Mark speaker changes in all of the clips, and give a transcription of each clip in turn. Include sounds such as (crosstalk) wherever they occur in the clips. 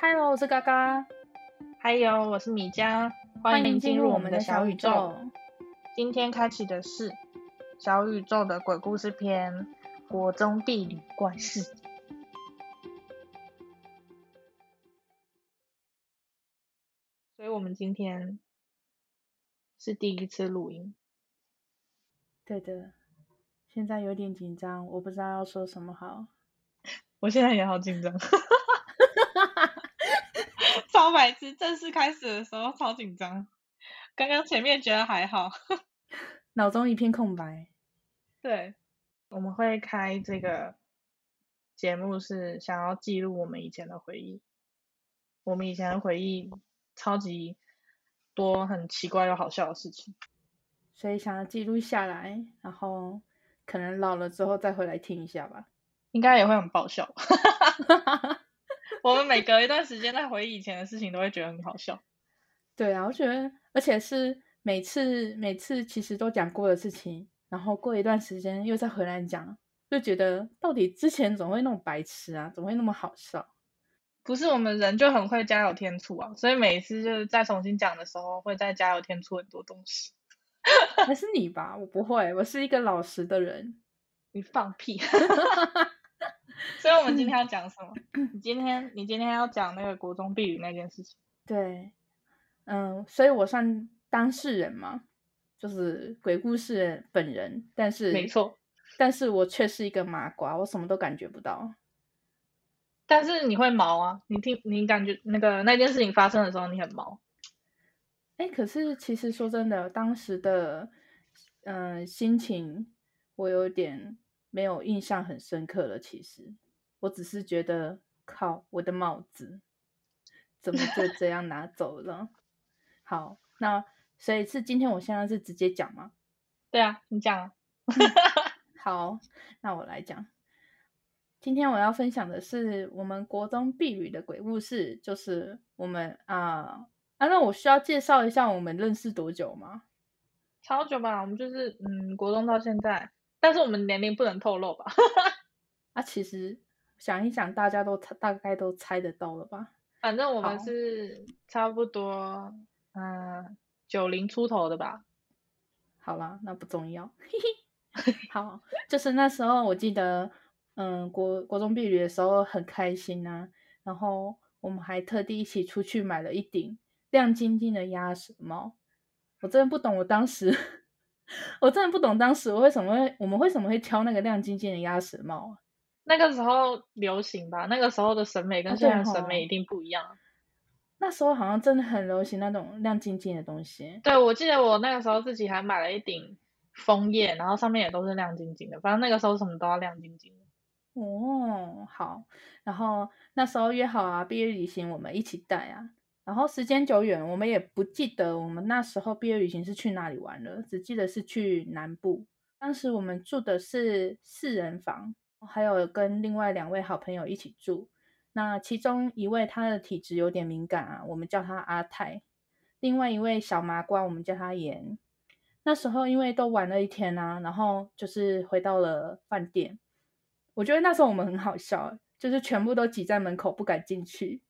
Speaker 1: Hello，我是嘎嘎，
Speaker 2: 还有，我是米江，欢迎进入我们的小宇宙。。今天开启的是小宇宙的鬼故事篇《国中婢女怪事》。所以我们今天是第一次录音，
Speaker 1: 对的，现在有点紧张，我不知道要说什么好。
Speaker 2: 我现在也好紧 (laughs) 张，超白痴！正式开始的时候超紧张，刚刚前面觉得还好。
Speaker 1: 脑中一片空白。
Speaker 2: 对，我们会开这个节目是想要记录我们以前的回忆，我们以前的回忆超级多很奇怪又好笑的事情。
Speaker 1: 所以想要记录下来，然后可能老了之后再回来听一下吧。 (laughs)
Speaker 2: 应该也会很爆笑。 (laughs) 我们每隔一段时间在回忆以前的事情，都会觉得很好笑。
Speaker 1: 对啊，我觉得，而且是每次每次其实都讲过的事情，然后过一段时间又再回来讲，就觉得到底之前怎么会那么白痴啊，怎么会那么好笑？
Speaker 2: 不是我们人就很会加油添醋啊，所以每一次就是再重新讲的时候，会再加油添醋很多东西。
Speaker 1: 还是你吧，我不会，我是一个老实的人。
Speaker 2: 你放屁！ (laughs) 所以我们今天要讲什么？你今天你今天要讲那个国中避雨那件事情。
Speaker 1: 对，嗯，所以我算当事人嘛，就是鬼故事本人，但是
Speaker 2: 没错，
Speaker 1: 但是我却是一个麻瓜，我什么都感觉不到。
Speaker 2: 但是你会毛啊？你听，你感觉那个那件事情发生的时候，你很毛。
Speaker 1: 哎，可是其实说真的，当时的嗯、呃心情，我有点没有印象很深刻了。其实我只是觉得，靠，我的帽子怎么就这样拿走了？ (laughs) 好，那所以是今天我现在是直接讲吗？
Speaker 2: 对啊，你讲啊，
Speaker 1: 好，那我来讲。今天我要分享的是我们国中婢女的鬼故事，就是我们啊、啊，那我需要介绍一下我们认识多久吗？
Speaker 2: 超久吧，我们就是嗯，国中到现在，但是我们年龄不能透露吧？
Speaker 1: 啊，其实想一想，大家都猜大概都猜得到了吧？
Speaker 2: 反正我们
Speaker 1: 好
Speaker 2: 是差不多嗯九零出头的吧。
Speaker 1: 好啦，那不重要。 (laughs) 好，就是那时候我记得，嗯，国国中毕旅的时候很开心啊，然后我们还特地一起出去买了一顶亮晶晶的鸭舌帽。我真的不懂，我当时， (laughs) 我真的不懂当时我为什么会我们为什么会挑那个亮晶晶的鸭舌帽啊？
Speaker 2: 那个时候流行吧，那个时候的审美
Speaker 1: 哦
Speaker 2: 跟现
Speaker 1: 对
Speaker 2: 在的审
Speaker 1: 吼
Speaker 2: 美一定不一样啊。
Speaker 1: 那时候好像真的很流行那种亮晶晶的东西。
Speaker 2: 对，我记得我那个时候自己还买了一顶枫叶，然后上面也都是亮晶晶的。反正那个时候什么都要亮晶晶的。
Speaker 1: 哦，好，然后那时候约好啊，毕业旅行我们一起带啊。然后时间久远，我们也不记得我们那时候毕业旅行是去哪里玩了，只记得是去南部。当时我们住的是四人房，还有跟另外两位好朋友一起住。那其中一位他的体质有点敏感啊，我们叫他阿泰；另外一位小麻瓜，我们叫他盐。那时候因为都玩了一天啊，然后就是回到了饭店。我觉得那时候我们很好笑，就是全部都挤在门口不敢进去。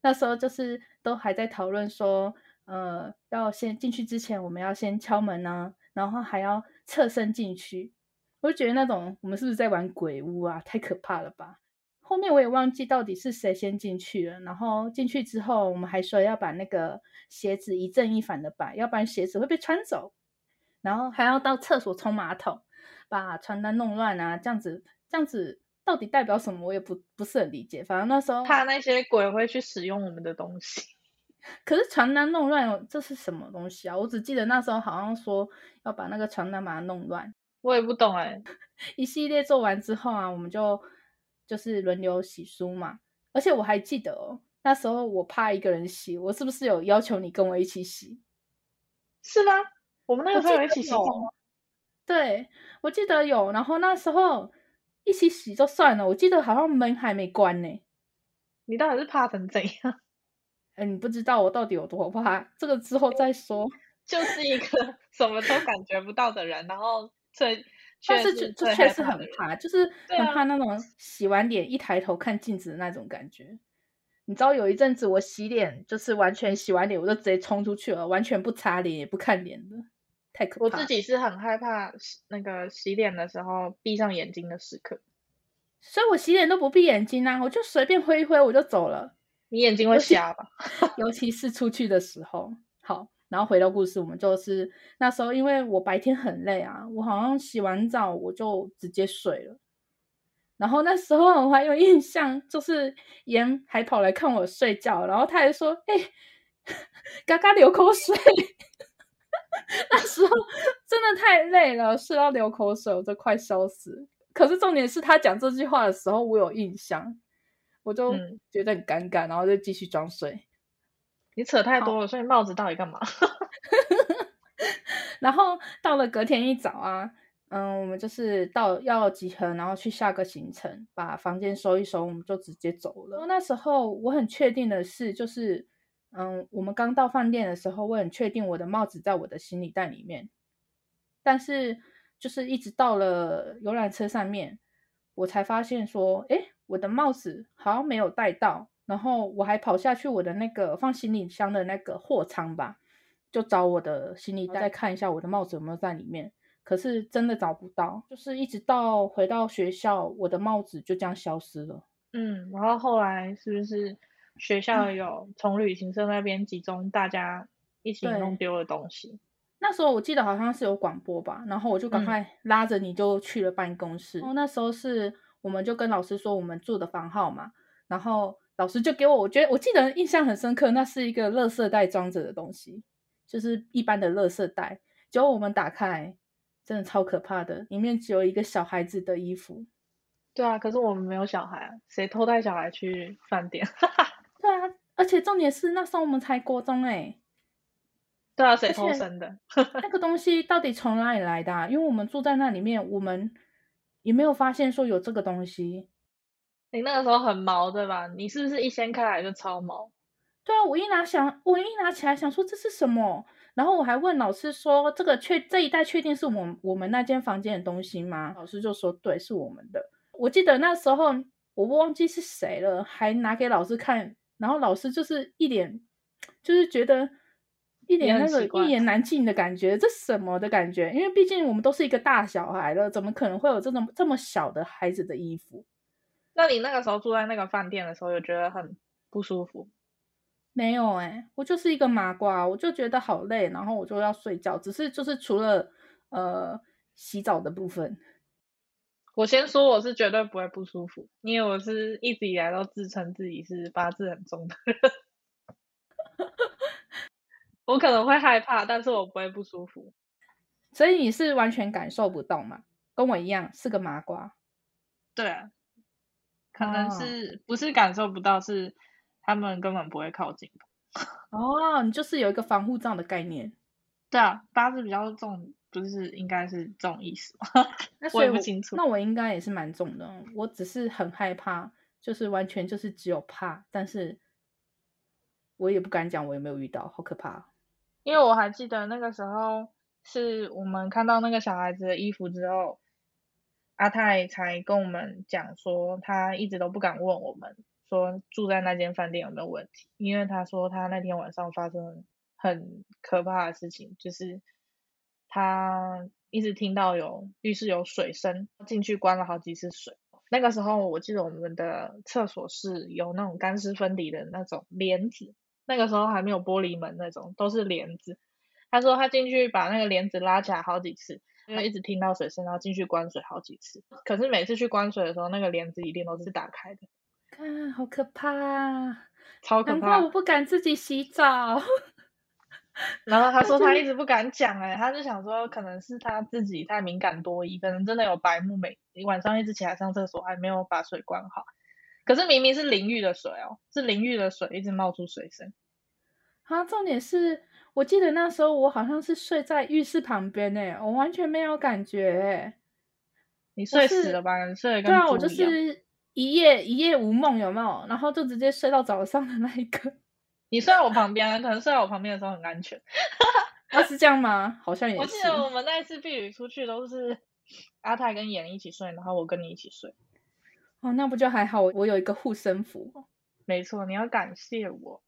Speaker 1: 那时候就是都还在讨论说，呃，要先进去之前我们要先敲门呢、然后还要侧身进去。我就觉得那种我们是不是在玩鬼屋啊？太可怕了吧！后面我也忘记到底是谁先进去了。然后进去之后，我们还说要把那个鞋子一正一反的摆，要不然鞋子会被穿走。然后还要到厕所冲马桶，把传单弄乱啊，这样子，这样子到底代表什么？我也不不是很理解。反正那时候
Speaker 2: 怕那些鬼会去使用我们的东西。
Speaker 1: 可是传单弄乱，这是什么东西啊？我只记得那时候好像说要把那个传单把它弄乱。
Speaker 2: 我也不懂哎、
Speaker 1: 一系列做完之后啊，我们就就是轮流洗书嘛。而且我还记得哦，那时候我怕一个人洗，我是不是有要求你跟我一起洗？
Speaker 2: 是吗？我们那
Speaker 1: 我
Speaker 2: 个时候
Speaker 1: 记
Speaker 2: 有一
Speaker 1: 得
Speaker 2: 起洗
Speaker 1: 有
Speaker 2: 过吗？
Speaker 1: (laughs) 对，我记得有。然后那时候一起洗就算了，我记得好像门还没关呢、
Speaker 2: 你到底是怕成怎样？ (laughs)
Speaker 1: 哎，你不知道我到底有多怕，这个之后再说。
Speaker 2: 就是一个什么都感觉不到的人，然后最
Speaker 1: 但
Speaker 2: 却
Speaker 1: 是就就
Speaker 2: 最
Speaker 1: 确
Speaker 2: 害
Speaker 1: 实
Speaker 2: 怕
Speaker 1: 很
Speaker 2: 的人
Speaker 1: 怕，就是
Speaker 2: 对
Speaker 1: 很
Speaker 2: 啊
Speaker 1: 怕那种洗完脸一抬头看镜子的那种感觉。你知道有一阵子我洗脸，就是完全洗完脸我就直接冲出去了，完全不擦脸也不看脸的，太可
Speaker 2: 我
Speaker 1: 怕。
Speaker 2: 自己是很害怕洗那个洗脸的时候闭上眼睛的时刻，
Speaker 1: 所以我洗脸都不闭眼睛啊，我就随便挥一挥我就走了，
Speaker 2: 你眼睛会瞎吧？
Speaker 1: 尤其是出去的时候。好，然后回到故事，我们就是那时候因为我白天很累啊，我好像洗完澡我就直接睡了。然后那时候我还有印象，就是妍还跑来看我睡觉，然后他还说：“哎、嘎嘎流口水。”那时候真的太累了，睡到流口水，我都快笑死。可是重点是他讲这句话的时候，我有印象，我就
Speaker 2: 嗯
Speaker 1: 觉得很尴尬，然后就继续装睡。
Speaker 2: 你扯太
Speaker 1: 好
Speaker 2: 多了，所以帽子到底干嘛？ (laughs)
Speaker 1: (laughs) 然后到了隔天一早啊，嗯，我们就是到要集合，然后去下个行程，把房间收一收，我们就直接走了。那时候我很确定的是，就是嗯，我们刚到饭店的时候，我很确定我的帽子在我的行李袋里面，但是就是一直到了游览车上面，我才发现说，诶，我的帽子好像没有带到，然后我还跑下去我的那个放行李箱的那个货仓吧，就找我的行李袋再看一下我的帽子有没有在里面，可是真的找不到，就是一直到回到学校，我的帽子就这样消失了。
Speaker 2: 嗯，然后后来是不是学校
Speaker 1: 嗯
Speaker 2: 有从旅行社那边集中大家一起
Speaker 1: 对
Speaker 2: 弄丢的东西？
Speaker 1: 那时候我记得好像是有广播吧，然后我就赶
Speaker 2: 嗯
Speaker 1: 快拉着你就去了办公室。然后哦那时候是我们就跟老师说我们住的房号嘛，然后老师就给我，我觉得我记得印象很深刻，那是一个垃圾袋装着的东西，就是一般的垃圾袋。结果我们打开，真的超可怕的，里面只有一个小孩子的衣服。
Speaker 2: 对啊，可是我们没有小孩啊，谁偷带小孩去饭店？ (laughs)
Speaker 1: 对啊，而且重点是那时候我们才国中哎、
Speaker 2: 对啊，谁
Speaker 1: 而
Speaker 2: 偷
Speaker 1: 且
Speaker 2: 生的？
Speaker 1: 那个东西到底从哪里来的、啊？因为我们住在那里面，我们也没有发现说有这个东西。
Speaker 2: 你那个时候很毛对吧？你是不是一掀开来就超毛？
Speaker 1: 对啊，我一拿想，我一拿起来想说这是什么，然后我还问老师说这个确这一袋确定是我们我们那间房间的东西吗？老师就说对，是我们的。我记得那时候我忘记是谁了，还拿给老师看，然后老师就是一脸就是觉得一脸
Speaker 2: 很
Speaker 1: 那个
Speaker 2: 奇怪
Speaker 1: 一言难尽的感觉，这什么的感觉？因为毕竟我们都是一个大小孩了，怎么可能会有这种这么小的孩子的衣服？
Speaker 2: 那你那个时候住在那个饭店的时候，有觉得很不舒服？
Speaker 1: 没有哎、我就是一个麻瓜，我就觉得好累，然后我就要睡觉。只是就是除了呃洗澡的部分，
Speaker 2: 我先说，我是绝对不会不舒服，因为我是一直以来都自称自己是八字很重的 (laughs) 人。我可能会害怕，但是我不会不舒服。
Speaker 1: 所以你是完全感受不到嘛，跟我一样是个麻瓜。
Speaker 2: 对啊，可能
Speaker 1: 哦
Speaker 2: 是、不是感受不到，是他们根本不会靠近吧。
Speaker 1: 哦，你就是有一个防护罩的概念。
Speaker 2: 对啊，八字比较重，不是应该是这种意思吗？
Speaker 1: 那
Speaker 2: 我
Speaker 1: 所以
Speaker 2: 也不清楚
Speaker 1: 那我应该也是蛮重的，哦我只是很害怕，就是完全就是只有怕，但是我也不敢讲我有没有遇到，好可怕哦。
Speaker 2: 因为我还记得那个时候是我们看到那个小孩子的衣服之后，阿泰才跟我们讲说，他一直都不敢问我们说住在那间饭店有没有问题，因为他说他那天晚上发生很可怕的事情，就是他一直听到有浴室有水声，进去关了好几次水。那个时候我记得我们的厕所是有那种干湿分离的那种帘子，那个时候还没有玻璃门那种，都是帘子。他说他进去把那个帘子拉起来好几次，因
Speaker 1: 嗯
Speaker 2: 为一直听到水声，然后进去关水好几次。可是每次去关水的时候，那个帘子一定都是打开的，
Speaker 1: 看，好可怕啊！
Speaker 2: 超可
Speaker 1: 难怪我
Speaker 2: 怕。
Speaker 1: 不敢自己洗澡。
Speaker 2: 然后他说他一直不敢讲、欸，哎，他就想说可能是他自己太敏感多疑，可能真的有白目，每晚上一直起来上厕所还没有把水关好。可是明明是淋浴的水哦，是淋浴的水一直冒出水声。
Speaker 1: 啊，重点是我记得那时候我好像是睡在浴室旁边诶、我完全没有感觉诶、
Speaker 2: 你
Speaker 1: 我
Speaker 2: 睡死
Speaker 1: 是
Speaker 2: 了吧？你睡得跟
Speaker 1: 对啊，我
Speaker 2: 猪
Speaker 1: 就
Speaker 2: 一样
Speaker 1: 是一夜一夜无梦，有没有？然后就直接睡到早上的那一个。
Speaker 2: 你睡在我旁边啊，可能睡在我旁边的时候很安全。
Speaker 1: 啊，是这样吗？好像也
Speaker 2: 我
Speaker 1: 是
Speaker 2: 记。得我们那一次避雨出去都是阿泰跟妍一起睡，然后我跟你一起睡。
Speaker 1: 哦，那不就还好？我有一个护身符。
Speaker 2: 没错，你要感谢我。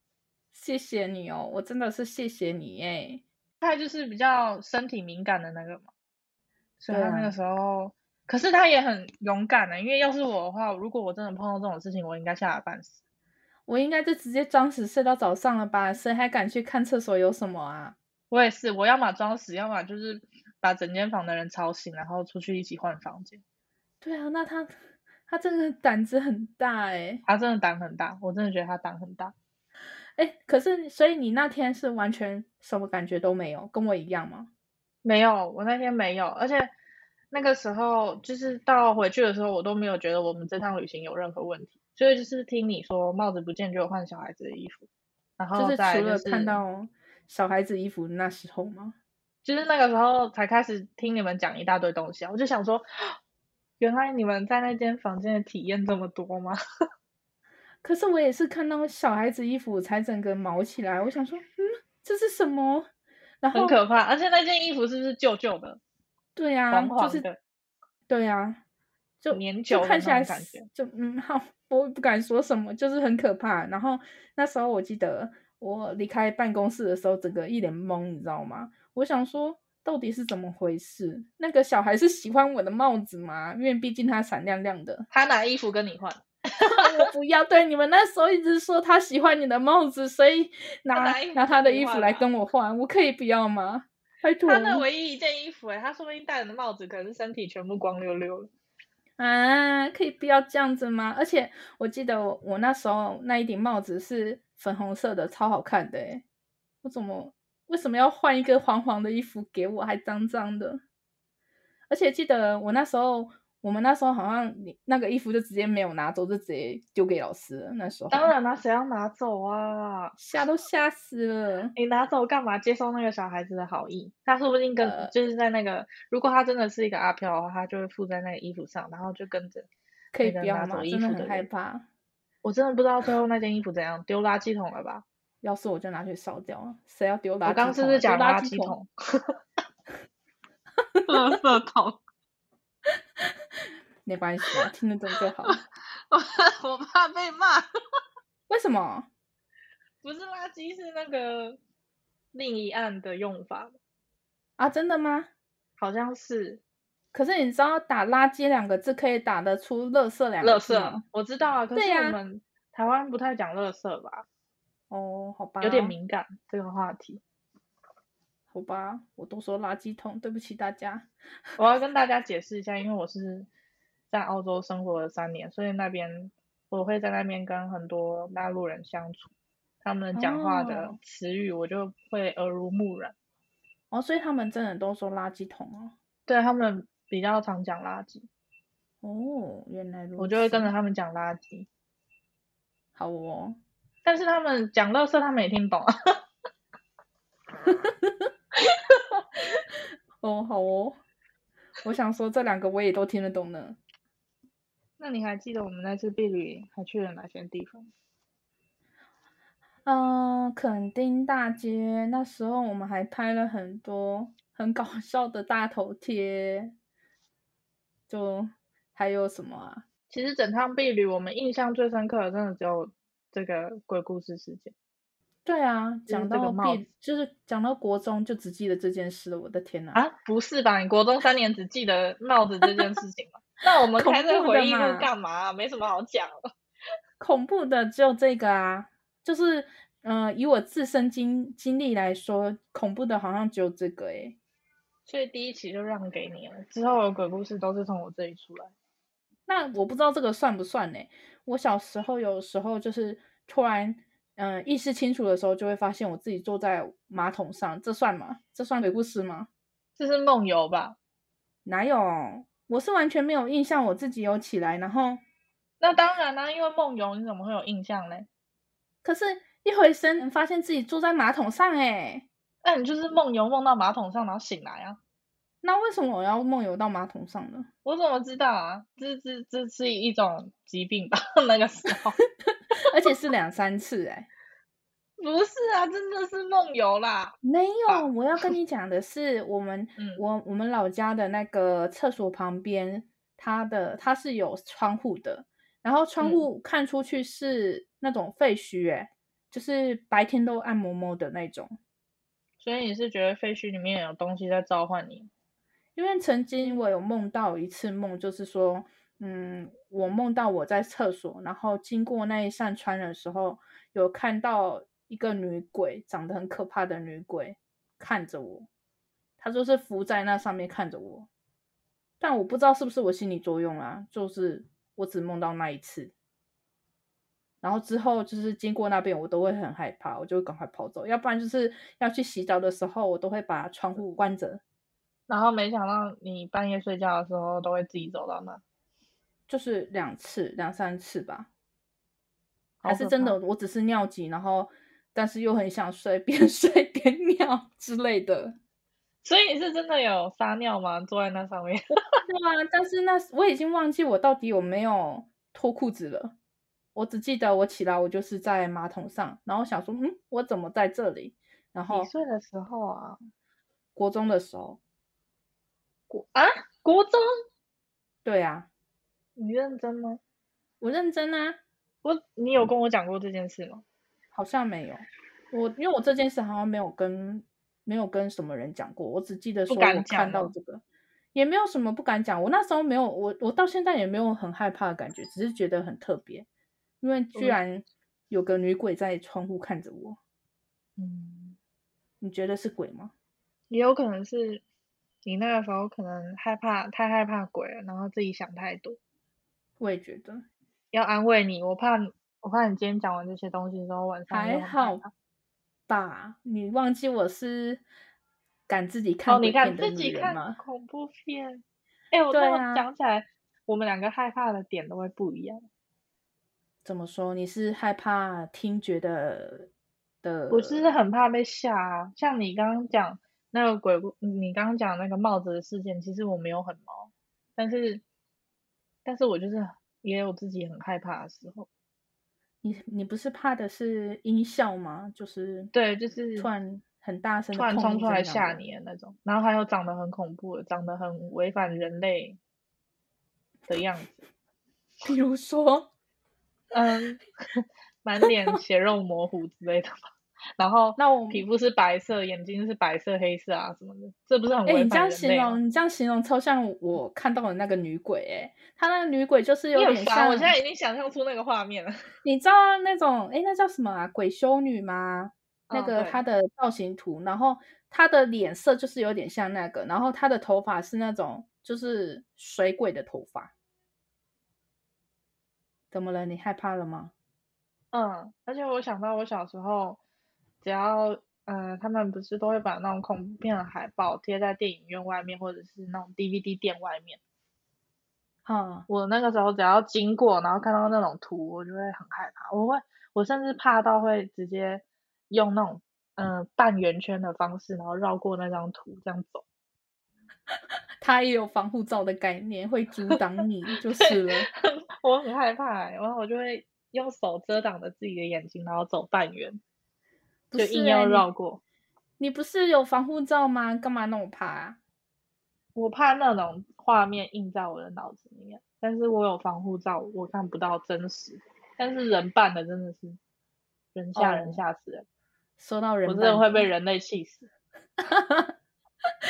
Speaker 1: 谢谢你哦，我真的是谢谢你哎。
Speaker 2: 他就是比较身体敏感的那个嘛，所以他
Speaker 1: 对啊
Speaker 2: 那个时候，可是他也很勇敢啊的、因为要是我的话，如果我真的碰到这种事情，我应该吓得半死。
Speaker 1: 我应该就直接装死睡到早上了吧？谁还敢去看厕所有什么啊？
Speaker 2: 我也是，我要么装死，要么就是把整间房的人吵醒，然后出去一起换房间。
Speaker 1: 对啊，那他他真的胆子很大哎、
Speaker 2: 他真的胆很大，我真的觉得他胆很大。
Speaker 1: 哎、可是所以你那天是完全什么感觉都没有，跟我一样吗？
Speaker 2: 没有，我那天没有，而且那个时候就是到回去的时候，我都没有觉得我们这趟旅行有任何问题。所以就是听你说帽子不见就换小孩子的衣服，然后
Speaker 1: 就是
Speaker 2: 再来
Speaker 1: 除了
Speaker 2: 哦是
Speaker 1: 看到小孩子衣服那时候吗？
Speaker 2: 就是那个时候才开始听你们讲一大堆东西啊，我就想说，原来你们在那间房间的体验这么多吗？ (laughs)
Speaker 1: 可是我也是看到小孩子衣服才整个毛起来，我想说，嗯，这是什么？然后
Speaker 2: 很可怕，而且那件衣服是不是旧旧的、
Speaker 1: 对呀、
Speaker 2: 黄黄
Speaker 1: 就
Speaker 2: 的？
Speaker 1: 是对呀、就
Speaker 2: 年久
Speaker 1: 就
Speaker 2: 的
Speaker 1: 看起
Speaker 2: 那
Speaker 1: 来
Speaker 2: 种感
Speaker 1: 是
Speaker 2: 觉，
Speaker 1: 就嗯， (laughs) 好，我不敢说什么，就是很可怕。然后那时候我记得我离开办公室的时候，整个一脸懵，你知道吗？我想说到底是怎么回事？那个小孩是喜欢我的帽子吗？因为毕竟它闪亮亮
Speaker 2: (laughs)
Speaker 1: 的。
Speaker 2: 他拿衣服跟你换，
Speaker 1: 我不要对你们那时候一直说他喜欢你的帽子，所以
Speaker 2: 他
Speaker 1: 拿
Speaker 2: 拿衣服
Speaker 1: 拿他的
Speaker 2: 跟你
Speaker 1: 衣服
Speaker 2: 换
Speaker 1: 来
Speaker 2: 啊
Speaker 1: 跟我换，我可以不要吗？拜托。
Speaker 2: 他那唯一一件衣服、欸，他说不定戴了帽子，可是身体全部光溜溜了。
Speaker 1: 啊，可以不要这样子吗？而且我记得我我那时候那一顶帽子是粉红色的，超好看的诶。我怎么为什么要换一个黄黄的衣服给我，还脏脏的？而且记得我那时候，我们那时候好像你那个衣服就直接没有拿走，就直接丢给老师了。那时候
Speaker 2: 当然啦、谁要拿走啊？
Speaker 1: 吓都吓死了。
Speaker 2: 你拿走干嘛？接受那个小孩子的好意，他说不定跟、就是在那个，如果他真的是一个阿飘的话，他就会附在那个衣服上，然后就跟着
Speaker 1: 可以
Speaker 2: 那个
Speaker 1: 不要
Speaker 2: 拿
Speaker 1: 吗？
Speaker 2: 走衣
Speaker 1: 真的
Speaker 2: 服
Speaker 1: 很
Speaker 2: 的
Speaker 1: 害
Speaker 2: 人。
Speaker 1: 怕。
Speaker 2: 我真的不知道最后那件衣服怎样，丢垃圾桶了吧？
Speaker 1: 要是我就拿去烧掉了，谁要丢垃圾桶啊？
Speaker 2: 我刚刚是不是
Speaker 1: 丢
Speaker 2: 讲
Speaker 1: 垃
Speaker 2: 垃
Speaker 1: 圾
Speaker 2: 圾？桶？ (laughs) 垃圾桶，
Speaker 1: 没关系啊，听得懂
Speaker 2: (laughs)
Speaker 1: 就好。
Speaker 2: 我我怕被骂。
Speaker 1: 为什么？
Speaker 2: (laughs) 不是垃圾，是那个另一案的用法，
Speaker 1: 啊，真的吗？
Speaker 2: 好像是
Speaker 1: 可是你知道打“垃圾”两个字可以打得出“垃圾”两
Speaker 2: 垃
Speaker 1: 个字
Speaker 2: 圾
Speaker 1: 吗？。
Speaker 2: 我知道啊，可
Speaker 1: 对
Speaker 2: 是我
Speaker 1: 呀
Speaker 2: 们台湾不太讲垃圾吧，
Speaker 1: 哦，好吧，
Speaker 2: 有点，敏感这个话题。
Speaker 1: 好吧，我都说垃圾桶，对不起大家。
Speaker 2: 我要跟大家解释一下，因为我是在澳洲生活了三年，所以那边我会在那边跟很多大陆人相处，他们讲话的
Speaker 1: 哦
Speaker 2: 词语我就会耳濡目染，
Speaker 1: 哦，所以他们真的都说垃圾桶哦。
Speaker 2: 对他们比较常讲垃圾，
Speaker 1: 哦，原来如此。
Speaker 2: 我就会跟着他们讲垃圾，
Speaker 1: 好哦，
Speaker 2: 但是他们讲垃圾他们也听不懂啊。 (laughs)
Speaker 1: 哦，好哦。我想说这两个我也都听得懂呢。
Speaker 2: 那你还记得我们那次避旅还去了哪些地方？
Speaker 1: 嗯，垦丁大街那时候我们还拍了很多很搞笑的大头贴，就还有什么啊？
Speaker 2: 其实整趟避旅，我们印象最深刻的，真的只有这个鬼故事事件。
Speaker 1: 对啊，
Speaker 2: 是
Speaker 1: 讲
Speaker 2: 这个
Speaker 1: 到
Speaker 2: 帽
Speaker 1: 毕
Speaker 2: 子
Speaker 1: 就是讲到国中就只记得这件事了，我的天呐！
Speaker 2: 啊，不是吧？你国中三年只记得帽子这件事情吗？ (laughs) 那我们
Speaker 1: 恐
Speaker 2: 开这
Speaker 1: 怖
Speaker 2: 个回
Speaker 1: 的
Speaker 2: 忆录
Speaker 1: 嘛
Speaker 2: 干嘛啊、没什么好讲的。
Speaker 1: 恐怖的只有这个啊，就是嗯、呃以我自身经经历来说，恐怖的好像只有这个诶、
Speaker 2: 所以第一期就让给你了，之后的鬼故事都是从我这里出来。
Speaker 1: 那我不知道这个算不算呢？我小时候有时候就是突然，嗯、意识清楚的时候，就会发现我自己坐在马桶上，这算吗？这算鬼故事吗？
Speaker 2: 这是梦游吧？
Speaker 1: 哪有？我是完全没有印象，我自己有起来，然后
Speaker 2: 那当然啦、啊因为梦游你怎么会有印象嘞？
Speaker 1: 可是，一回身发现自己坐在马桶上，哎，
Speaker 2: 那你就是梦游梦到马桶上，然后醒来啊？
Speaker 1: 那为什么我要梦游到马桶上呢？ (laughs)
Speaker 2: 我怎么知道啊？这这这是一种疾病吧？ (laughs) 那个时候。
Speaker 1: 而且是两三次，哎，
Speaker 2: 不是啊，真的是梦游啦。
Speaker 1: 没
Speaker 2: 吧
Speaker 1: 有，我要跟你讲的是，我 (laughs) 们
Speaker 2: 嗯
Speaker 1: 我我们老家的那个厕所旁边，它的它是有窗户的，然后窗户看出去是那种废墟、欸，哎、就是白天都暗摸摸的那种。
Speaker 2: 所以你是觉得废墟里面有东西在召唤你？
Speaker 1: 因为曾经我有梦到一次梦，就是说，嗯，我梦到我在厕所，然后经过那一扇窗的时候，有看到一个女鬼，长得很可怕的女鬼看着我，她就是浮在那上面看着我，但我不知道是不是我心理作用啊，就是我只梦到那一次，然后之后就是经过那边，我都会很害怕，我就会赶快跑走，要不然就是要去洗澡的时候，我都会把窗户关着。
Speaker 2: 然后没想到你半夜睡觉的时候都会自己走到那，
Speaker 1: 就是两次、两三次吧，
Speaker 2: 好
Speaker 1: 还是
Speaker 2: 可
Speaker 1: 真
Speaker 2: 怕
Speaker 1: 的，我只是尿急，然后但是又很想睡， (laughs) 边睡边尿之类
Speaker 2: (laughs)
Speaker 1: 的。
Speaker 2: 所以你是真的有撒尿吗？坐在那上面？
Speaker 1: 对啊，但是那时我已经忘记我到底有没有脱裤子了，我只记得我起来我就是在马桶上，然后想说，嗯，我怎么在这里？然后
Speaker 2: (laughs) 几岁的时候啊？
Speaker 1: 国中的时候，
Speaker 2: 国啊，国中？
Speaker 1: 对啊，
Speaker 2: 你认真吗？
Speaker 1: 我认真啊，
Speaker 2: 我你有跟我讲过这件事吗？
Speaker 1: 好像没有，我因为我这件事好像没有跟没有跟什么人讲过，我只记得
Speaker 2: 不
Speaker 1: 说
Speaker 2: 敢
Speaker 1: 我
Speaker 2: 讲
Speaker 1: 看到
Speaker 2: 吗
Speaker 1: 这个，也没有什么不敢讲。我那时候没有，我我到现在也没有很害怕的感觉，只是觉得很特别，因为居
Speaker 2: 嗯
Speaker 1: 然有个女鬼在窗户看着我，
Speaker 2: 嗯，
Speaker 1: 你觉得是鬼吗？
Speaker 2: 也有可能是你那个时候可能害怕，太害怕鬼了，然后自己想太多。
Speaker 1: 我也觉得
Speaker 2: 要安慰你，我怕你，我怕你今天讲完这些东西之后晚上
Speaker 1: 还
Speaker 2: 又很害
Speaker 1: 好
Speaker 2: 怕
Speaker 1: 吧。你忘记我是敢自己
Speaker 2: 哦，
Speaker 1: 看鬼
Speaker 2: 你
Speaker 1: 片
Speaker 2: 看
Speaker 1: 的
Speaker 2: 自己
Speaker 1: 女人
Speaker 2: 看
Speaker 1: 吗？
Speaker 2: 恐怖片，哎、我这
Speaker 1: 对
Speaker 2: 么
Speaker 1: 啊
Speaker 2: 讲起来，我们两个害怕的点都会不一样。
Speaker 1: 怎么说？你是害怕听觉的的？
Speaker 2: 我就是很怕被吓啊，像你刚刚讲那个鬼故，嗯你刚刚讲那个帽子的事件，其实我没有很毛，但是，但是我就是也有自己很害怕的时候。
Speaker 1: 你你不是怕的是音效吗？就是
Speaker 2: 对，就是
Speaker 1: 突然很大声
Speaker 2: 突
Speaker 1: 的
Speaker 2: 然冲出来吓
Speaker 1: 下。
Speaker 2: 你的那种，然后还有长得很恐怖的，长得很违反人类的样子，
Speaker 1: 比如说，
Speaker 2: 嗯， (laughs) 满脸血肉模糊之类的吧。然后
Speaker 1: 那我
Speaker 2: 皮肤是白色，眼睛是白色、黑色啊什么的，这不是很
Speaker 1: 哎、
Speaker 2: 违
Speaker 1: 你这
Speaker 2: 反
Speaker 1: 样
Speaker 2: 人
Speaker 1: 形
Speaker 2: 类吗？
Speaker 1: 容，你这样形容，超像
Speaker 2: (laughs)
Speaker 1: 我看到的那个女鬼、欸。哎，她那个女鬼就是有
Speaker 2: 你
Speaker 1: 点
Speaker 2: 很烦，
Speaker 1: 像，
Speaker 2: 我现在已经想象出那个画
Speaker 1: (laughs)
Speaker 2: 面了。
Speaker 1: 你知道那种，哎、那叫什么啊？鬼修女吗？那
Speaker 2: 嗯
Speaker 1: 个
Speaker 2: 对
Speaker 1: 她的造型图，然后她的脸色就是有点像那个，然后她的头发是那种就是水鬼的头发。怎么了？你害怕了吗？
Speaker 2: 嗯，而且我想到我小时候，只要呃，他们不是都会把那种恐怖片的海报贴在电影院外面，或者是那种 DVD 店外面。
Speaker 1: 啊，
Speaker 2: 我那个时候只要经过，然后看到那种图，我就会很害怕，我会，我甚至怕到会直接用那种嗯、呃半圆圈的方式，然后绕过那张图这样走。 (laughs)
Speaker 1: 她也有防护罩的概念，会阻挡你就是
Speaker 2: (laughs)
Speaker 1: 了。
Speaker 2: 我很害怕欸、然后我就会用手遮挡着自己的眼睛，然后走半圆，
Speaker 1: 不
Speaker 2: 就是硬
Speaker 1: 欸
Speaker 2: 要
Speaker 1: 你
Speaker 2: 绕过。
Speaker 1: 你不是有防护罩吗？干嘛那么怕、啊？
Speaker 2: 我怕那种画面印在我的脑子里面，但是我有防护罩，我看不到真实。但是人扮的真的是人吓
Speaker 1: 哦
Speaker 2: 人吓死人，
Speaker 1: 说到
Speaker 2: 我
Speaker 1: 人
Speaker 2: 真
Speaker 1: 扮嗯
Speaker 2: 的会
Speaker 1: 鬼
Speaker 2: 被人类气死。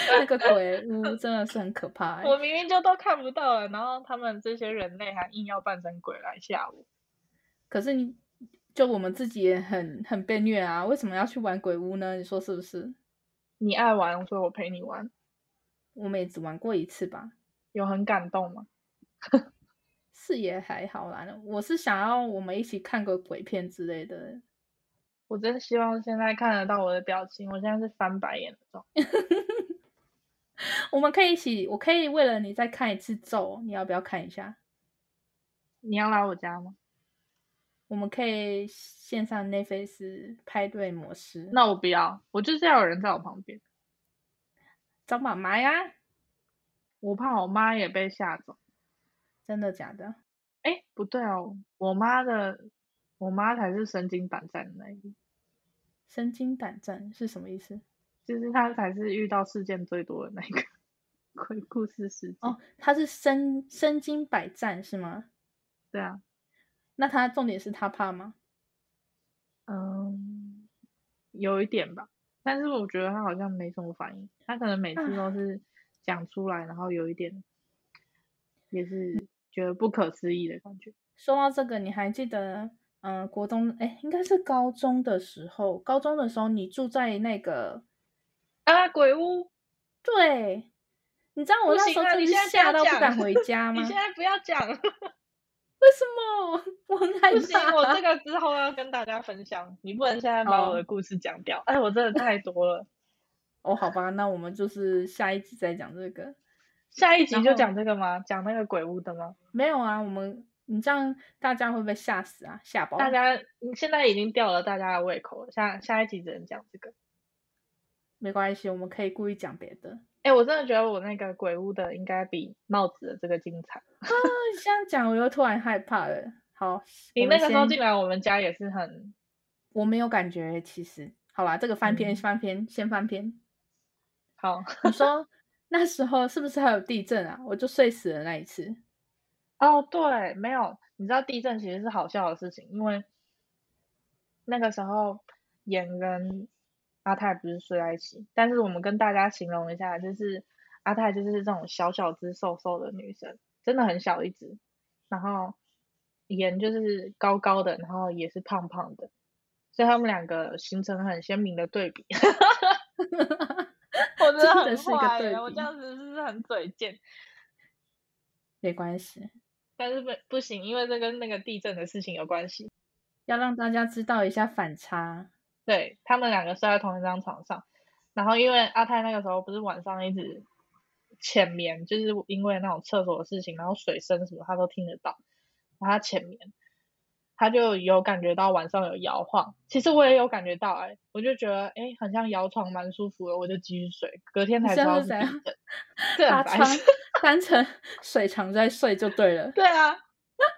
Speaker 1: 那
Speaker 2: (laughs)
Speaker 1: 个鬼屋真的是很可怕、欸。
Speaker 2: 我明明就都看不到了，然后他们这些人类还硬要扮成鬼来吓我。
Speaker 1: 可是你就我们自己也很很被虐啊，为什么要去玩鬼屋呢？你说是不是？
Speaker 2: 你爱玩，所以我陪你玩，
Speaker 1: 我们也只玩过一次吧，
Speaker 2: 有很感动吗？
Speaker 1: 是也还好啦。我是想要我们一起看个鬼片之类的。
Speaker 2: 我真希望现在看得到我的表情，我现在是翻白眼的状态。
Speaker 1: 我们可以一起，我可以为了你再看一次咒，你要不要看一下？
Speaker 2: 你要来我家吗？
Speaker 1: 我们可以线上内飞斯派对模式。
Speaker 2: 那我不要，我就是要有人在我旁边，
Speaker 1: 找妈妈呀？
Speaker 2: 我怕我妈也被吓走。
Speaker 1: 真的假的？
Speaker 2: 哎，不对哦，我妈的，我妈才是神经胆战的那一个，
Speaker 1: 神经胆战是什么意思？
Speaker 2: 就是她才是遇到事件最多的那一个 (laughs) 鬼故事事件。
Speaker 1: 哦，他是身身经百战是吗？
Speaker 2: 对啊，
Speaker 1: 那他重点是他怕吗？
Speaker 2: 嗯，有一点吧，但是我觉得他好像没什么反应，他可能每次都是讲出来，然后有一点也是觉得不可思议的感觉。
Speaker 1: 说到这个，你还记得，嗯、国中，哎，应该是高中的时候，高中的时候你住在那个，
Speaker 2: 啊，鬼屋！
Speaker 1: 对，你知道我
Speaker 2: 不
Speaker 1: 那
Speaker 2: 行
Speaker 1: 时候
Speaker 2: 啊
Speaker 1: 真
Speaker 2: 你
Speaker 1: 的是
Speaker 2: 现在不
Speaker 1: 吓到
Speaker 2: 要
Speaker 1: 不
Speaker 2: 讲
Speaker 1: 敢回家吗？
Speaker 2: 你
Speaker 1: 为
Speaker 2: 现在不要讲，
Speaker 1: 什么？ (laughs) 我很害
Speaker 2: (laughs) 不行，
Speaker 1: 怕。
Speaker 2: 我这个之后要跟大家分享，你不能现在把我的故事讲掉。哎，我真的太多 (laughs) 了，
Speaker 1: 哦，好吧，那我们就是下一集再讲这个。
Speaker 2: 下一集
Speaker 1: 然
Speaker 2: 就
Speaker 1: 后
Speaker 2: 讲这个吗？讲那个鬼屋的吗？
Speaker 1: 没有啊，我们你这样大家会不会吓死啊？吓爆！
Speaker 2: 大家嗯现在已经吊了大家的胃口了，下下一集只能讲这个。
Speaker 1: 没关系，我们可以故意讲别的。
Speaker 2: 哎，我真的觉得我那个鬼屋的应该比帽子的这个精彩。
Speaker 1: 那啊你这样讲，我又突然害怕了。好，
Speaker 2: 你
Speaker 1: 我
Speaker 2: 那
Speaker 1: 们
Speaker 2: 个时候
Speaker 1: 先
Speaker 2: 进来我们家也是很，
Speaker 1: 我没有感觉，欸其实好啦，这个翻篇、
Speaker 2: 嗯
Speaker 1: 翻篇，先翻篇。
Speaker 2: 好
Speaker 1: 你说那时候是不是还有地震啊？我就睡死了那一次。
Speaker 2: 哦，对，没有，你知道地震其实是好笑的事情，因为那个时候演跟阿泰不是睡在一起，但是我们跟大家形容一下，就是阿泰就是这种小小只瘦瘦的女生，真的很小一只，然后妍就是高高的，然后也是胖胖的，所以他们两个形成很鲜明的对比。 (laughs) 我真的
Speaker 1: 真的
Speaker 2: 很
Speaker 1: 是一个
Speaker 2: 坏
Speaker 1: 对
Speaker 2: 耶我
Speaker 1: 比
Speaker 2: 这样子是不是很嘴贱？
Speaker 1: 没关系，
Speaker 2: 但是不不行，因为这跟那个地震的事情有关系。
Speaker 1: 要让大家知道一下反差。
Speaker 2: 对他们两个睡在同一张床上，然后因为阿泰那个时候不是晚上一直浅眠，就是因为那种厕所的事情，然后水声什么他都听得到，然后他浅眠，他就有感觉到晚上有摇晃。其实我也有感觉到、哎，我就觉得哎、很像摇床，蛮舒服的，我就继续睡。隔天
Speaker 1: 你
Speaker 2: 才知
Speaker 1: 现在
Speaker 2: 道
Speaker 1: 是
Speaker 2: 是
Speaker 1: 怎
Speaker 2: 地
Speaker 1: 样
Speaker 2: 震，这
Speaker 1: 把
Speaker 2: 很白
Speaker 1: 床
Speaker 2: 痴。
Speaker 1: (laughs) 当成水床在睡就对
Speaker 2: (laughs)
Speaker 1: 了。
Speaker 2: 对啊，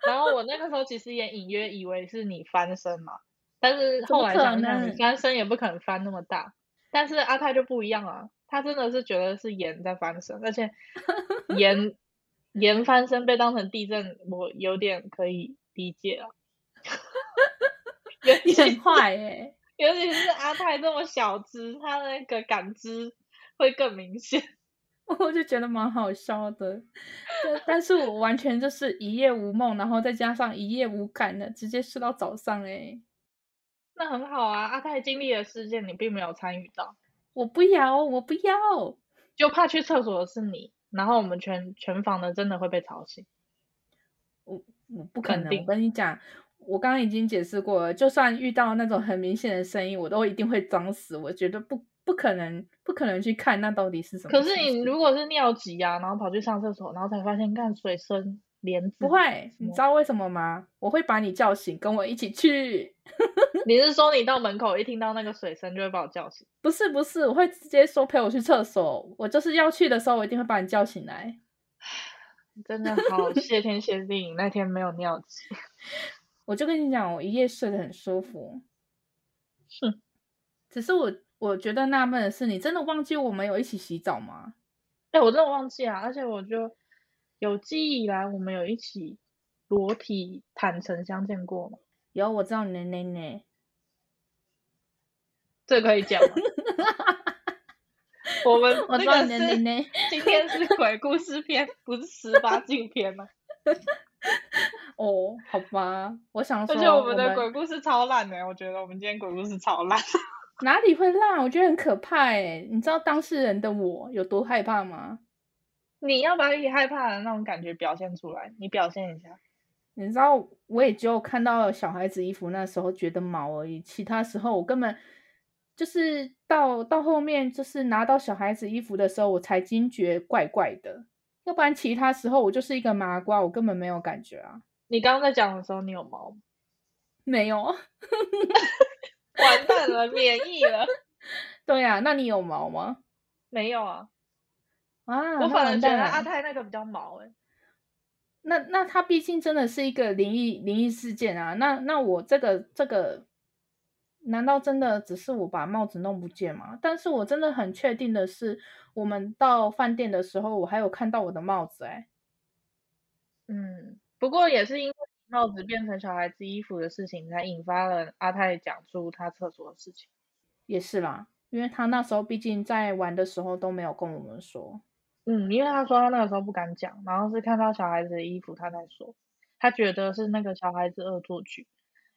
Speaker 2: 然后我那个时候其实也隐约以为是你翻身嘛，但是
Speaker 1: 怎
Speaker 2: 后
Speaker 1: 么
Speaker 2: 来
Speaker 1: 可
Speaker 2: 想一想，你
Speaker 1: 能
Speaker 2: 翻身也不可能翻那么大。但是阿泰就不一样啊，他真的是觉得是盐在翻身，而
Speaker 1: (laughs)
Speaker 2: 且盐盐翻身被当成地震，我有点可以理解
Speaker 1: (laughs)
Speaker 2: 啊。尤
Speaker 1: 你
Speaker 2: 其
Speaker 1: 很坏哎、
Speaker 2: 尤其是阿泰这么小只，他那个感知会更明显。 (laughs)
Speaker 1: 我就觉得蛮好笑的。但但是我完全就是一夜无梦，然后再加上一夜无感的，直接睡到早上哎、
Speaker 2: 那很好啊，阿泰经历的事件你并没有参与到。
Speaker 1: 我不要，我不要。
Speaker 2: 就怕去厕所的是你，然后我们全全房的真的会被吵醒。
Speaker 1: 我不可
Speaker 2: 肯
Speaker 1: 能，
Speaker 2: 定
Speaker 1: 我跟你讲，我刚刚已经解释过了，就算遇到那种很明显的声音，我都一定会装死，我觉得不不可能，不可能去看那到底是什么
Speaker 2: 可
Speaker 1: 情形。
Speaker 2: 是你如果是尿急啊，然后跑去上厕所，然后才发现干水声帘子
Speaker 1: 不，会，
Speaker 2: 什
Speaker 1: 你
Speaker 2: 么
Speaker 1: 知道为什么吗？我会把你叫醒，跟我一起去。
Speaker 2: 你是说你到门口一听到那个水声就会把我叫醒？
Speaker 1: 不是不是，我会直接说陪我去厕所。我就是要去的时候，我一定会把你叫醒来。
Speaker 2: 真的
Speaker 1: (laughs)
Speaker 2: 好谢天谢地，你那天没有尿急。
Speaker 1: 我就跟你讲，我一夜睡得很舒服。
Speaker 2: 哼，
Speaker 1: 只是我我觉得纳闷的是，你真的忘记我们有一起洗澡吗？
Speaker 2: 哎，我真的忘记了，而且我就有记忆以来，我们有一起裸体坦诚相见过吗？
Speaker 1: 有，我知道你的奶奶。
Speaker 2: 这可以讲吗？ (laughs) 我们
Speaker 1: 我
Speaker 2: 这
Speaker 1: 知
Speaker 2: 个
Speaker 1: 道你的
Speaker 2: 是
Speaker 1: 奶奶。
Speaker 2: 今天是鬼故事篇，不是十八禁篇吗？
Speaker 1: 哦，好吧，我想说，
Speaker 2: 而且我们的鬼故事超烂的、我觉得我们今天鬼故事超烂。
Speaker 1: 哪里会烂？我觉得很可怕哎！你知道当事人的我有多害怕吗？
Speaker 2: (laughs) 你要把你害怕的那种感觉表现出来，你表现一下。
Speaker 1: 你知道，我也只有看到小孩子衣服那时候觉得毛而已，其他时候我根本就是到到后面，就是拿到小孩子衣服的时候，我才惊觉怪怪的。要不然其他时候我就是一个麻瓜，我根本没有感觉啊，
Speaker 2: 你刚刚在讲的时候，你有毛吗，
Speaker 1: 没有。啊
Speaker 2: 完蛋了，免疫了。
Speaker 1: (laughs) 对呀、那你有毛吗？
Speaker 2: (laughs) 没有 (laughs) 啊，
Speaker 1: 啊，
Speaker 2: 我
Speaker 1: 那
Speaker 2: 反而
Speaker 1: 完
Speaker 2: 觉
Speaker 1: 蛋
Speaker 2: 得
Speaker 1: 了
Speaker 2: 阿泰那个比较毛哎、
Speaker 1: 那那它毕竟真的是一个灵异灵异事件啊。那那我这个这个，难道真的只是我把帽子弄不见吗？但是我真的很确定的是，我们到饭店的时候，我还有看到我的帽子哎、
Speaker 2: 嗯，不过也是因为帽子变成小孩子衣服的事情，才引发了阿泰讲述他厕所的事情。
Speaker 1: 也是啦，因为他那时候毕竟在玩的时候都没有跟我们说。
Speaker 2: 嗯，因为他说他那个时候不敢讲，然后是看到小孩子的衣服他才说，他觉得是那个小孩子恶作剧，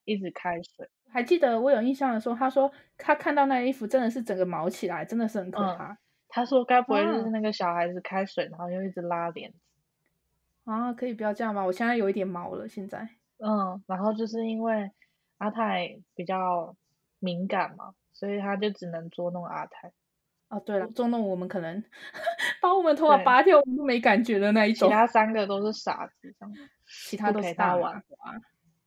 Speaker 2: 一直开水。
Speaker 1: 还记得我有印象的时候，他说他看到那衣服真的是整个毛起来，真的是很可
Speaker 2: 嗯
Speaker 1: 怕、
Speaker 2: 他说该不会就是
Speaker 1: 啊
Speaker 2: 那个小孩子开水，然后又一直拉帘子。
Speaker 1: 啊！可以不要这样吗？我现在有一点毛了，现在
Speaker 2: 嗯，然后就是因为阿泰比较敏感嘛，所以他就只能捉弄阿泰，
Speaker 1: 哦，对了，中弄我们可能把我们头发
Speaker 2: 对
Speaker 1: 拔掉，我们都没感觉的那一
Speaker 2: 其
Speaker 1: 种，
Speaker 2: 他三个都是傻子这样。
Speaker 1: 其
Speaker 2: 不
Speaker 1: 他都
Speaker 2: 陪
Speaker 1: 是
Speaker 2: 他
Speaker 1: 大
Speaker 2: 玩
Speaker 1: 麻瓜。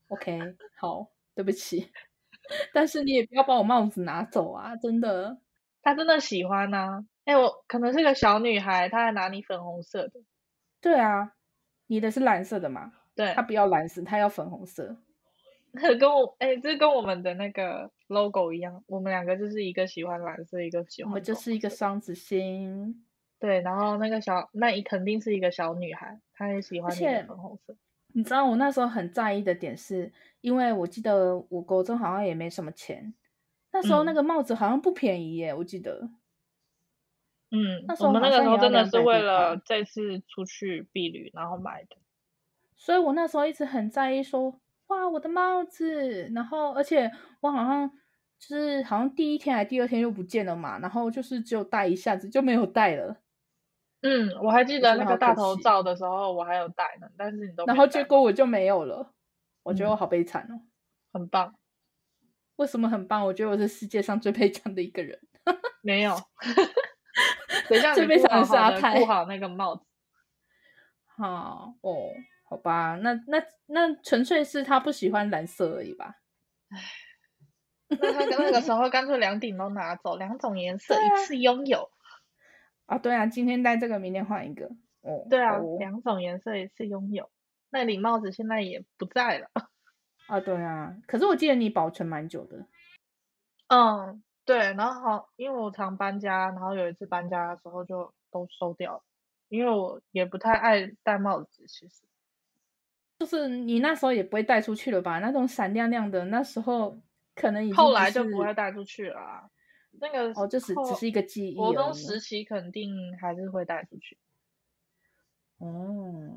Speaker 1: OK，好，对不起， (laughs) 但是你也不要把我帽子拿走啊！真的，
Speaker 2: 他真的喜欢呐、哎、我可能是个小女孩，她还拿你粉红色的，
Speaker 1: 对啊，你的是蓝色的嘛？
Speaker 2: 对
Speaker 1: 他，不要蓝色，他要粉红色。
Speaker 2: 那跟我哎、这跟我们的那个 logo 一样，我们两个就是一个喜欢蓝色，一个喜
Speaker 1: 我
Speaker 2: 欢
Speaker 1: 们就
Speaker 2: 粉
Speaker 1: 是一个双子星，
Speaker 2: 对，然后那个小，那你肯定是一个小女孩，她也喜欢你的
Speaker 1: 且
Speaker 2: 粉红色。
Speaker 1: 你知道我那时候很在意的点是，因为我记得我国中好像也没什么钱，那时候那
Speaker 2: 嗯
Speaker 1: 个帽子好像不便宜耶，我记得。
Speaker 2: 嗯
Speaker 1: 那，时
Speaker 2: 我
Speaker 1: 候
Speaker 2: 们那
Speaker 1: 好
Speaker 2: 个
Speaker 1: 像
Speaker 2: 时
Speaker 1: 也
Speaker 2: 候
Speaker 1: 要
Speaker 2: 真的
Speaker 1: 200
Speaker 2: 是
Speaker 1: 多块
Speaker 2: 为了这次出去避旅，然后买的。
Speaker 1: 所以我那时候一直很在意说，哇，我的帽子，然后而且我好像就是好像第一天还第二天又不见了嘛，然后就是只有戴一下子就没有戴了，
Speaker 2: 嗯，我还记
Speaker 1: 我
Speaker 2: 得
Speaker 1: 觉得
Speaker 2: 那
Speaker 1: 好
Speaker 2: 个大
Speaker 1: 可
Speaker 2: 头
Speaker 1: 惜
Speaker 2: 照的时候，我还有戴呢，但是你都
Speaker 1: 然
Speaker 2: 没
Speaker 1: 后
Speaker 2: 戴
Speaker 1: 结果我就没有了，我觉得我
Speaker 2: 嗯
Speaker 1: 好悲惨哦。
Speaker 2: 很棒，
Speaker 1: 为什么很棒？我觉得我是世界上最悲惨的一个人。
Speaker 2: 没 (laughs) 有。等一下，
Speaker 1: 最
Speaker 2: 你
Speaker 1: 悲
Speaker 2: 顾
Speaker 1: 惨
Speaker 2: 好
Speaker 1: 的是
Speaker 2: 好
Speaker 1: 阿
Speaker 2: 的顾
Speaker 1: 泰
Speaker 2: 好那个帽 (laughs) 子。
Speaker 1: 好哦，好吧，那那那纯粹是他不喜欢蓝色而已吧？
Speaker 2: 那他那个时候干脆两顶都拿走，两种颜色
Speaker 1: 对
Speaker 2: 一
Speaker 1: 啊
Speaker 2: 次拥有。
Speaker 1: 啊，对啊，今天戴这个，明天换一个。哦，
Speaker 2: 对啊
Speaker 1: 好哦，
Speaker 2: 两种颜色一次拥有。那顶帽子现在也不在了。
Speaker 1: 啊，对啊。可是我记得你保存蛮久的。
Speaker 2: 嗯，对，然后好，因为我常搬家，然后有一次搬家的时候就都收掉了，因为我也不太爱戴帽子，其实。
Speaker 1: 就是你那时候也不会带出去了吧？那种闪亮亮的，那时候可能已经
Speaker 2: 后来就不
Speaker 1: 是
Speaker 2: 会带出去了啊。那个
Speaker 1: 哦，就只只
Speaker 2: 后
Speaker 1: 是一个记忆
Speaker 2: 国
Speaker 1: 而
Speaker 2: 中
Speaker 1: 已
Speaker 2: 时期肯定还是会带出去，
Speaker 1: 哦，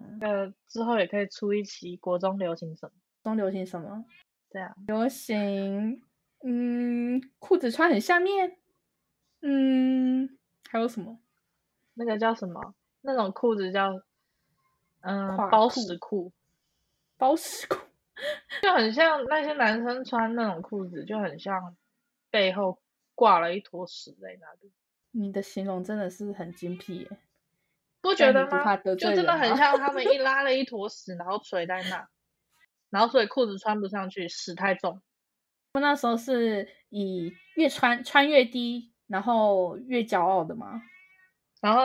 Speaker 2: 之后也可以出一期国中流行什么。
Speaker 1: 中流行什么？
Speaker 2: 对啊，
Speaker 1: 流行嗯，裤子穿很下面，嗯，还有什么？
Speaker 2: 那个叫什么？那种裤子叫嗯、
Speaker 1: 垮
Speaker 2: 包
Speaker 1: 裤
Speaker 2: 屎裤，
Speaker 1: 包屎裤。
Speaker 2: 就很像那些男生穿那种裤子，就很像背后挂了一坨屎在那里，
Speaker 1: 你的形容真的是很精辟耶！
Speaker 2: 不
Speaker 1: 但
Speaker 2: 觉得
Speaker 1: 你不
Speaker 2: 吗？
Speaker 1: 怕得
Speaker 2: 就
Speaker 1: 罪
Speaker 2: 真的
Speaker 1: 人
Speaker 2: 很
Speaker 1: 吗
Speaker 2: 像他们 (laughs) 一拉了一坨屎，然后垂在那，然后所以裤子穿不上去，屎太重。
Speaker 1: 我那时候是以越穿穿越低，然后越骄傲的嘛。
Speaker 2: 然后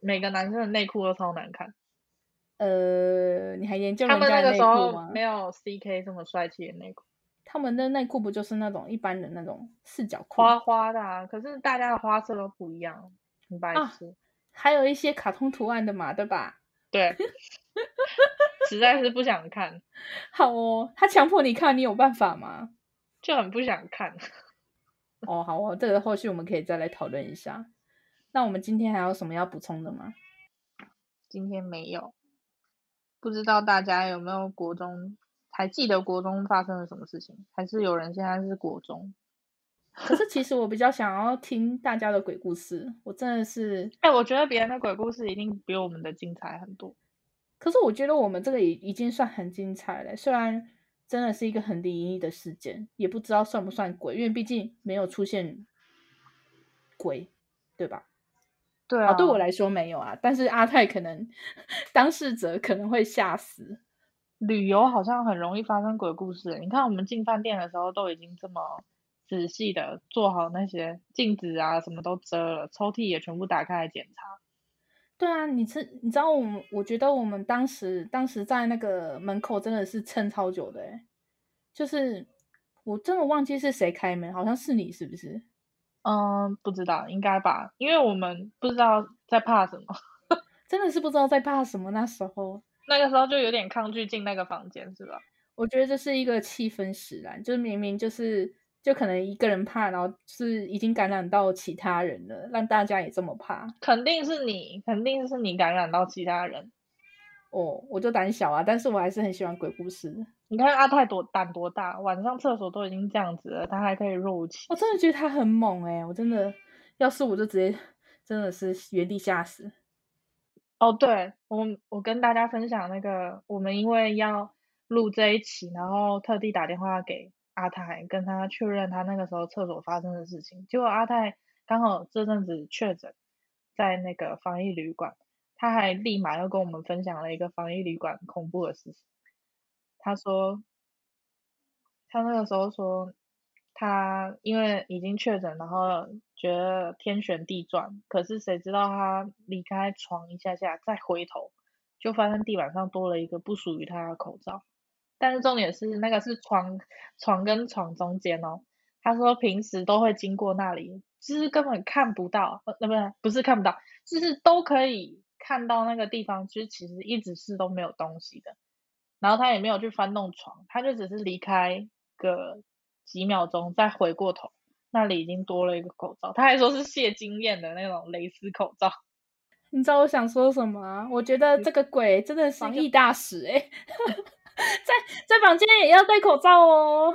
Speaker 2: 每个男生的内裤都超难看，
Speaker 1: 呃，你还研究
Speaker 2: 他
Speaker 1: 人
Speaker 2: 们那
Speaker 1: 家的
Speaker 2: 个
Speaker 1: 内
Speaker 2: 时
Speaker 1: 裤
Speaker 2: 候
Speaker 1: 吗
Speaker 2: 没？有 CK 这么帅气的内裤，
Speaker 1: 他们的内裤不就是那种一般的那种四角裤，
Speaker 2: 花花的、啊，可是大家的花色都不一样，很白
Speaker 1: 啊
Speaker 2: 痴。
Speaker 1: 还有一些卡通图案的嘛，对吧？
Speaker 2: 对， (laughs) 实在是不想看，
Speaker 1: 好哦，他强迫你看，你有办法吗？
Speaker 2: 就很不想看。
Speaker 1: 哦，好哦，这个后续我们可以再来讨论一下。那我们今天还有什么要补充的吗？
Speaker 2: (laughs) 今天没有，不知道大家有没有国中还记得国中发生了什么事情？还是有人现在是国中？
Speaker 1: 可是其实我比较想要听大家的鬼故事，我真的是
Speaker 2: 哎、我觉得别人的鬼故事一定比我们的精彩很多。
Speaker 1: 可是我觉得我们这个已已经算很精彩了，虽然真的是一个很灵异的事件，也不知道算不算鬼，因为毕竟没有出现鬼，对吧？
Speaker 2: 对
Speaker 1: 啊，对我来说没有啊，但是阿泰可能 (laughs) 当事者可能会吓死。
Speaker 2: 旅游好像很容易发生鬼故事。你看我们进饭店的时候都已经这么仔细的做好那些镜子啊，什么都遮了，抽屉也全部打开来检查。
Speaker 1: 对啊，你知你知道我们，我觉得我们当时当时在那个门口真的是撑超久的、欸，就是我真的忘记是谁开门，好像是你是不是？
Speaker 2: 嗯，不知道，应该吧，因为我们不知道在怕什么。 (laughs)
Speaker 1: 真的是不知道在怕什么。那时候
Speaker 2: 那个时候就有点抗拒进那个房间，是吧？
Speaker 1: 我觉得这是一个气氛使然，就是明明就是就可能一个人怕，然后是已经感染到其他人了，让大家也这么怕。
Speaker 2: 肯定是你，肯定是你感染到其他人。
Speaker 1: 哦，我就胆小啊，但是我还是很喜欢鬼故事。
Speaker 2: 你看阿泰多胆多大，晚上厕所都已经这样子了，他还可以入侵。
Speaker 1: 我真的觉得他很猛哎、我真的要是我就直接真的是原地吓死。
Speaker 2: 哦，对，我们我跟大家分享那个，我们因为要录这一期，然后特地打电话给阿泰，跟他确认他那个时候厕所发生的事情。结果阿泰刚好这阵子确诊，在那个防疫旅馆，他还立马又跟我们分享了一个防疫旅馆恐怖的事情。他说，他那个时候说，他因为已经确诊，然后觉得天旋地转，可是谁知道他离开床一下下，再回头就发现地板上多了一个不属于他的口罩。但是重点是那个是床床跟床中间哦，他说平时都会经过那里，就是根本看不到，呃，不是不是看不到，就是都可以看到那个地方，就是其实一直是都没有东西的。然后他也没有去翻动床，他就只是离开个几秒钟，再回过头，那里已经多了一个口罩。他还说是谢金燕的那种蕾丝口罩。 (laughs)
Speaker 1: 你知道我想说什么啊？我觉得这个鬼真的是
Speaker 2: 防
Speaker 1: 疫大使哎、 (laughs) 在在房间也要戴口罩 (laughs) 哦。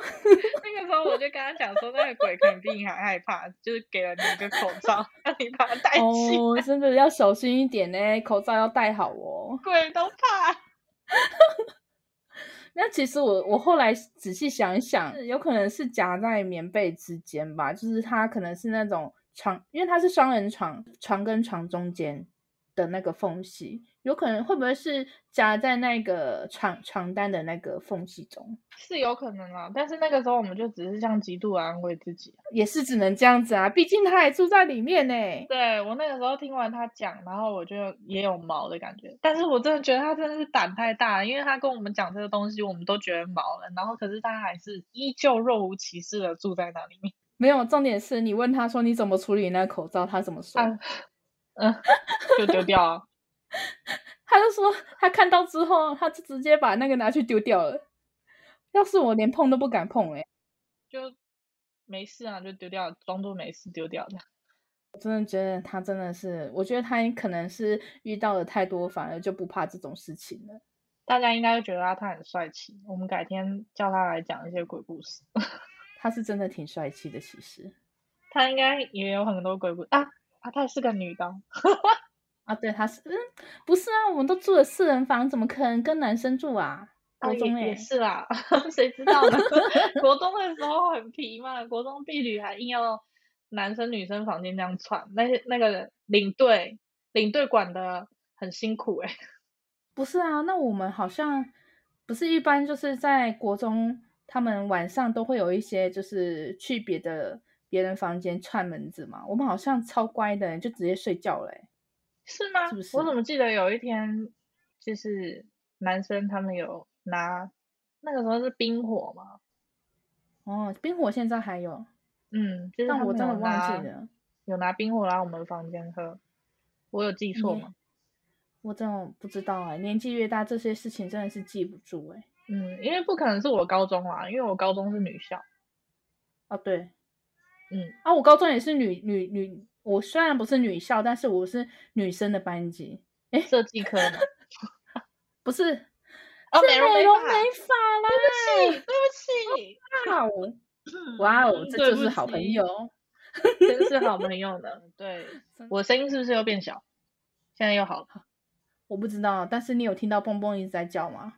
Speaker 2: 那个时候我就跟他讲说，那个鬼可能比你还害怕，就是给了你一个口罩，让你把它戴起，
Speaker 1: 哦，真的要小心一点呢、欸口罩要戴好哦。
Speaker 2: 鬼都怕。 (laughs)
Speaker 1: 那其实我我后来仔细想一想，有可能是夹在棉被之间吧，就是它可能是那种床，因为它是双人床，床跟床中间的那个缝隙，有可能会不会是夹在那个床床单的那个缝隙中？
Speaker 2: 是有可能啊，但是那个时候我们就只是这样极度地安慰自己。
Speaker 1: 也是只能这样子啊，毕竟他还住在里面呢、
Speaker 2: 对我那个时候听完他讲，然后我就也有毛的感觉，但是我真的觉得他真的是胆太大了，因为他跟我们讲这个东西，我们都觉得毛了，然后可是他还是依旧若无其事的住在那里面。
Speaker 1: 没有，重点是你问他说你怎么处理那个口罩，他怎么说？
Speaker 2: 啊嗯，就丢掉啊。
Speaker 1: 他就说他看到之后，他就直接把那个拿去丢掉了。要是我连碰都不敢碰、欸，
Speaker 2: 就没事啊，就丢掉，装作没事丢掉的。
Speaker 1: 我真的觉得他真的是，我觉得他可能是遇到了太多，反而就不怕这种事情了。
Speaker 2: 大家应该觉得他他很帅气，我们改天叫他来讲一些鬼故事。 (laughs)
Speaker 1: 他是真的挺帅气的，其实
Speaker 2: 他应该也有很多鬼故啊，啊，他也是个女的哦，
Speaker 1: 啊，对，他是，嗯，不是啊，我们都住了四人房，怎么可能跟男生住啊？
Speaker 2: 啊
Speaker 1: 国中
Speaker 2: 也
Speaker 1: 哎、(laughs)
Speaker 2: 也是啦，谁知道呢？ (laughs) 国中的时候很皮嘛，国中婢女还硬要男生女生房间这样串，那些那个领队领队管的很辛苦哎、
Speaker 1: 不是啊，那我们好像不是一般就是在国中，他们晚上都会有一些就是去别的别人房间串门子嘛。我们好像超乖的，就直接睡觉了欸、
Speaker 2: (laughs) 是吗？
Speaker 1: 是不
Speaker 2: 我
Speaker 1: 是
Speaker 2: 怎么记得有一天，就是男生他们有拿那个时候是冰火嘛，
Speaker 1: 哦，冰火现在还有，
Speaker 2: 嗯，就是
Speaker 1: 但
Speaker 2: 他
Speaker 1: 我
Speaker 2: 们
Speaker 1: 真的
Speaker 2: 有
Speaker 1: 忘记
Speaker 2: 拿
Speaker 1: 了，
Speaker 2: 有拿冰火来我们房间喝，我有记错
Speaker 1: 你
Speaker 2: 吗？
Speaker 1: 我真的不知道哎、年纪越大，这些事情真的是记不住哎、
Speaker 2: 嗯，因为不可能是我高中啦，因为我高中是女校，
Speaker 1: 哦，对，
Speaker 2: 嗯，
Speaker 1: 啊，我高中也是女女女，我虽然不是女校，但是我是女生的班级，
Speaker 2: 设计科嘛。
Speaker 1: 不是。
Speaker 2: 哦
Speaker 1: 是
Speaker 2: 美容美
Speaker 1: 容
Speaker 2: 发
Speaker 1: 美发
Speaker 2: 对不起，对啊
Speaker 1: 啦！哇哦
Speaker 2: 不起，
Speaker 1: 哇哦，
Speaker 2: 嗯
Speaker 1: 这
Speaker 2: 对
Speaker 1: 就
Speaker 2: 不
Speaker 1: 是好朋
Speaker 2: 起
Speaker 1: 友，。
Speaker 2: 真是好朋友呢。对
Speaker 1: (laughs) 真
Speaker 2: 我声音是不是又变小？现在又好了，
Speaker 1: 我不知道，但是你有听到蹦蹦一直在叫吗？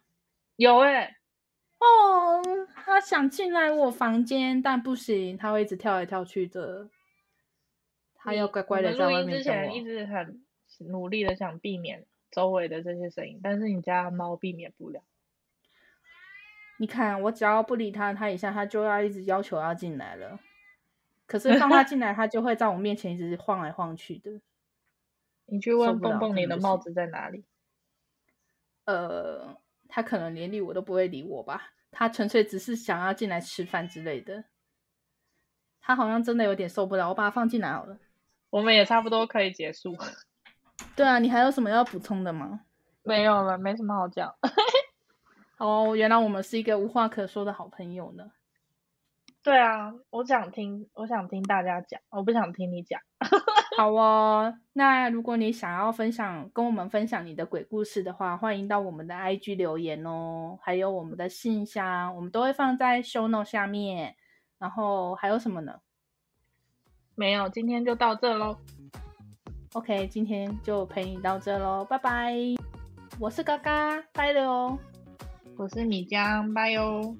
Speaker 2: 有哎、
Speaker 1: 哦，他想进来我房间，但不行，他会一直跳来跳去的。他要
Speaker 2: 你
Speaker 1: 乖乖
Speaker 2: 我
Speaker 1: 的
Speaker 2: 们
Speaker 1: 在
Speaker 2: 录
Speaker 1: 外
Speaker 2: 音
Speaker 1: 面
Speaker 2: 之
Speaker 1: 等
Speaker 2: 前一
Speaker 1: 我。
Speaker 2: 直很努力的想避免周围的这些声音，但是你家的猫避免不了。
Speaker 1: 你看，我只要不理他，他一下他就要一直要求要进来了。可是 (laughs) 放他进来，他就会在我面前一直晃来晃去的。
Speaker 2: 你去
Speaker 1: 受
Speaker 2: 问
Speaker 1: 不
Speaker 2: 蹦
Speaker 1: 了
Speaker 2: 蹦
Speaker 1: 真
Speaker 2: 你
Speaker 1: 的
Speaker 2: 的
Speaker 1: 不
Speaker 2: 帽
Speaker 1: 行
Speaker 2: 子在哪里？
Speaker 1: 呃，他可能连理我都不会理我吧，他纯粹只是想要进来吃饭之类的。他好像真的有点受不了，我把他放进来好了。 (laughs)
Speaker 2: 我们也差不多可以结束。
Speaker 1: 对啊，你还有什么要补充的吗？
Speaker 2: 没有了，没什么好讲。
Speaker 1: 哦，原来我们是一个无话可说的好朋友呢。
Speaker 2: (laughs) 对啊，我想听，我想听大家讲，我不想听你讲。
Speaker 1: 好哦，那如果你想要分享跟我们分享你的鬼故事的话，欢迎到我们的 IG 留言哦，还有我们的信箱，我们都会放在 show note 下面。然后还有什么呢
Speaker 2: 没有，今天就到这喽，
Speaker 1: ？OK，今天就陪你到这喽，拜拜。我是嘎嘎，拜了哦。
Speaker 2: 我是米江，拜哟。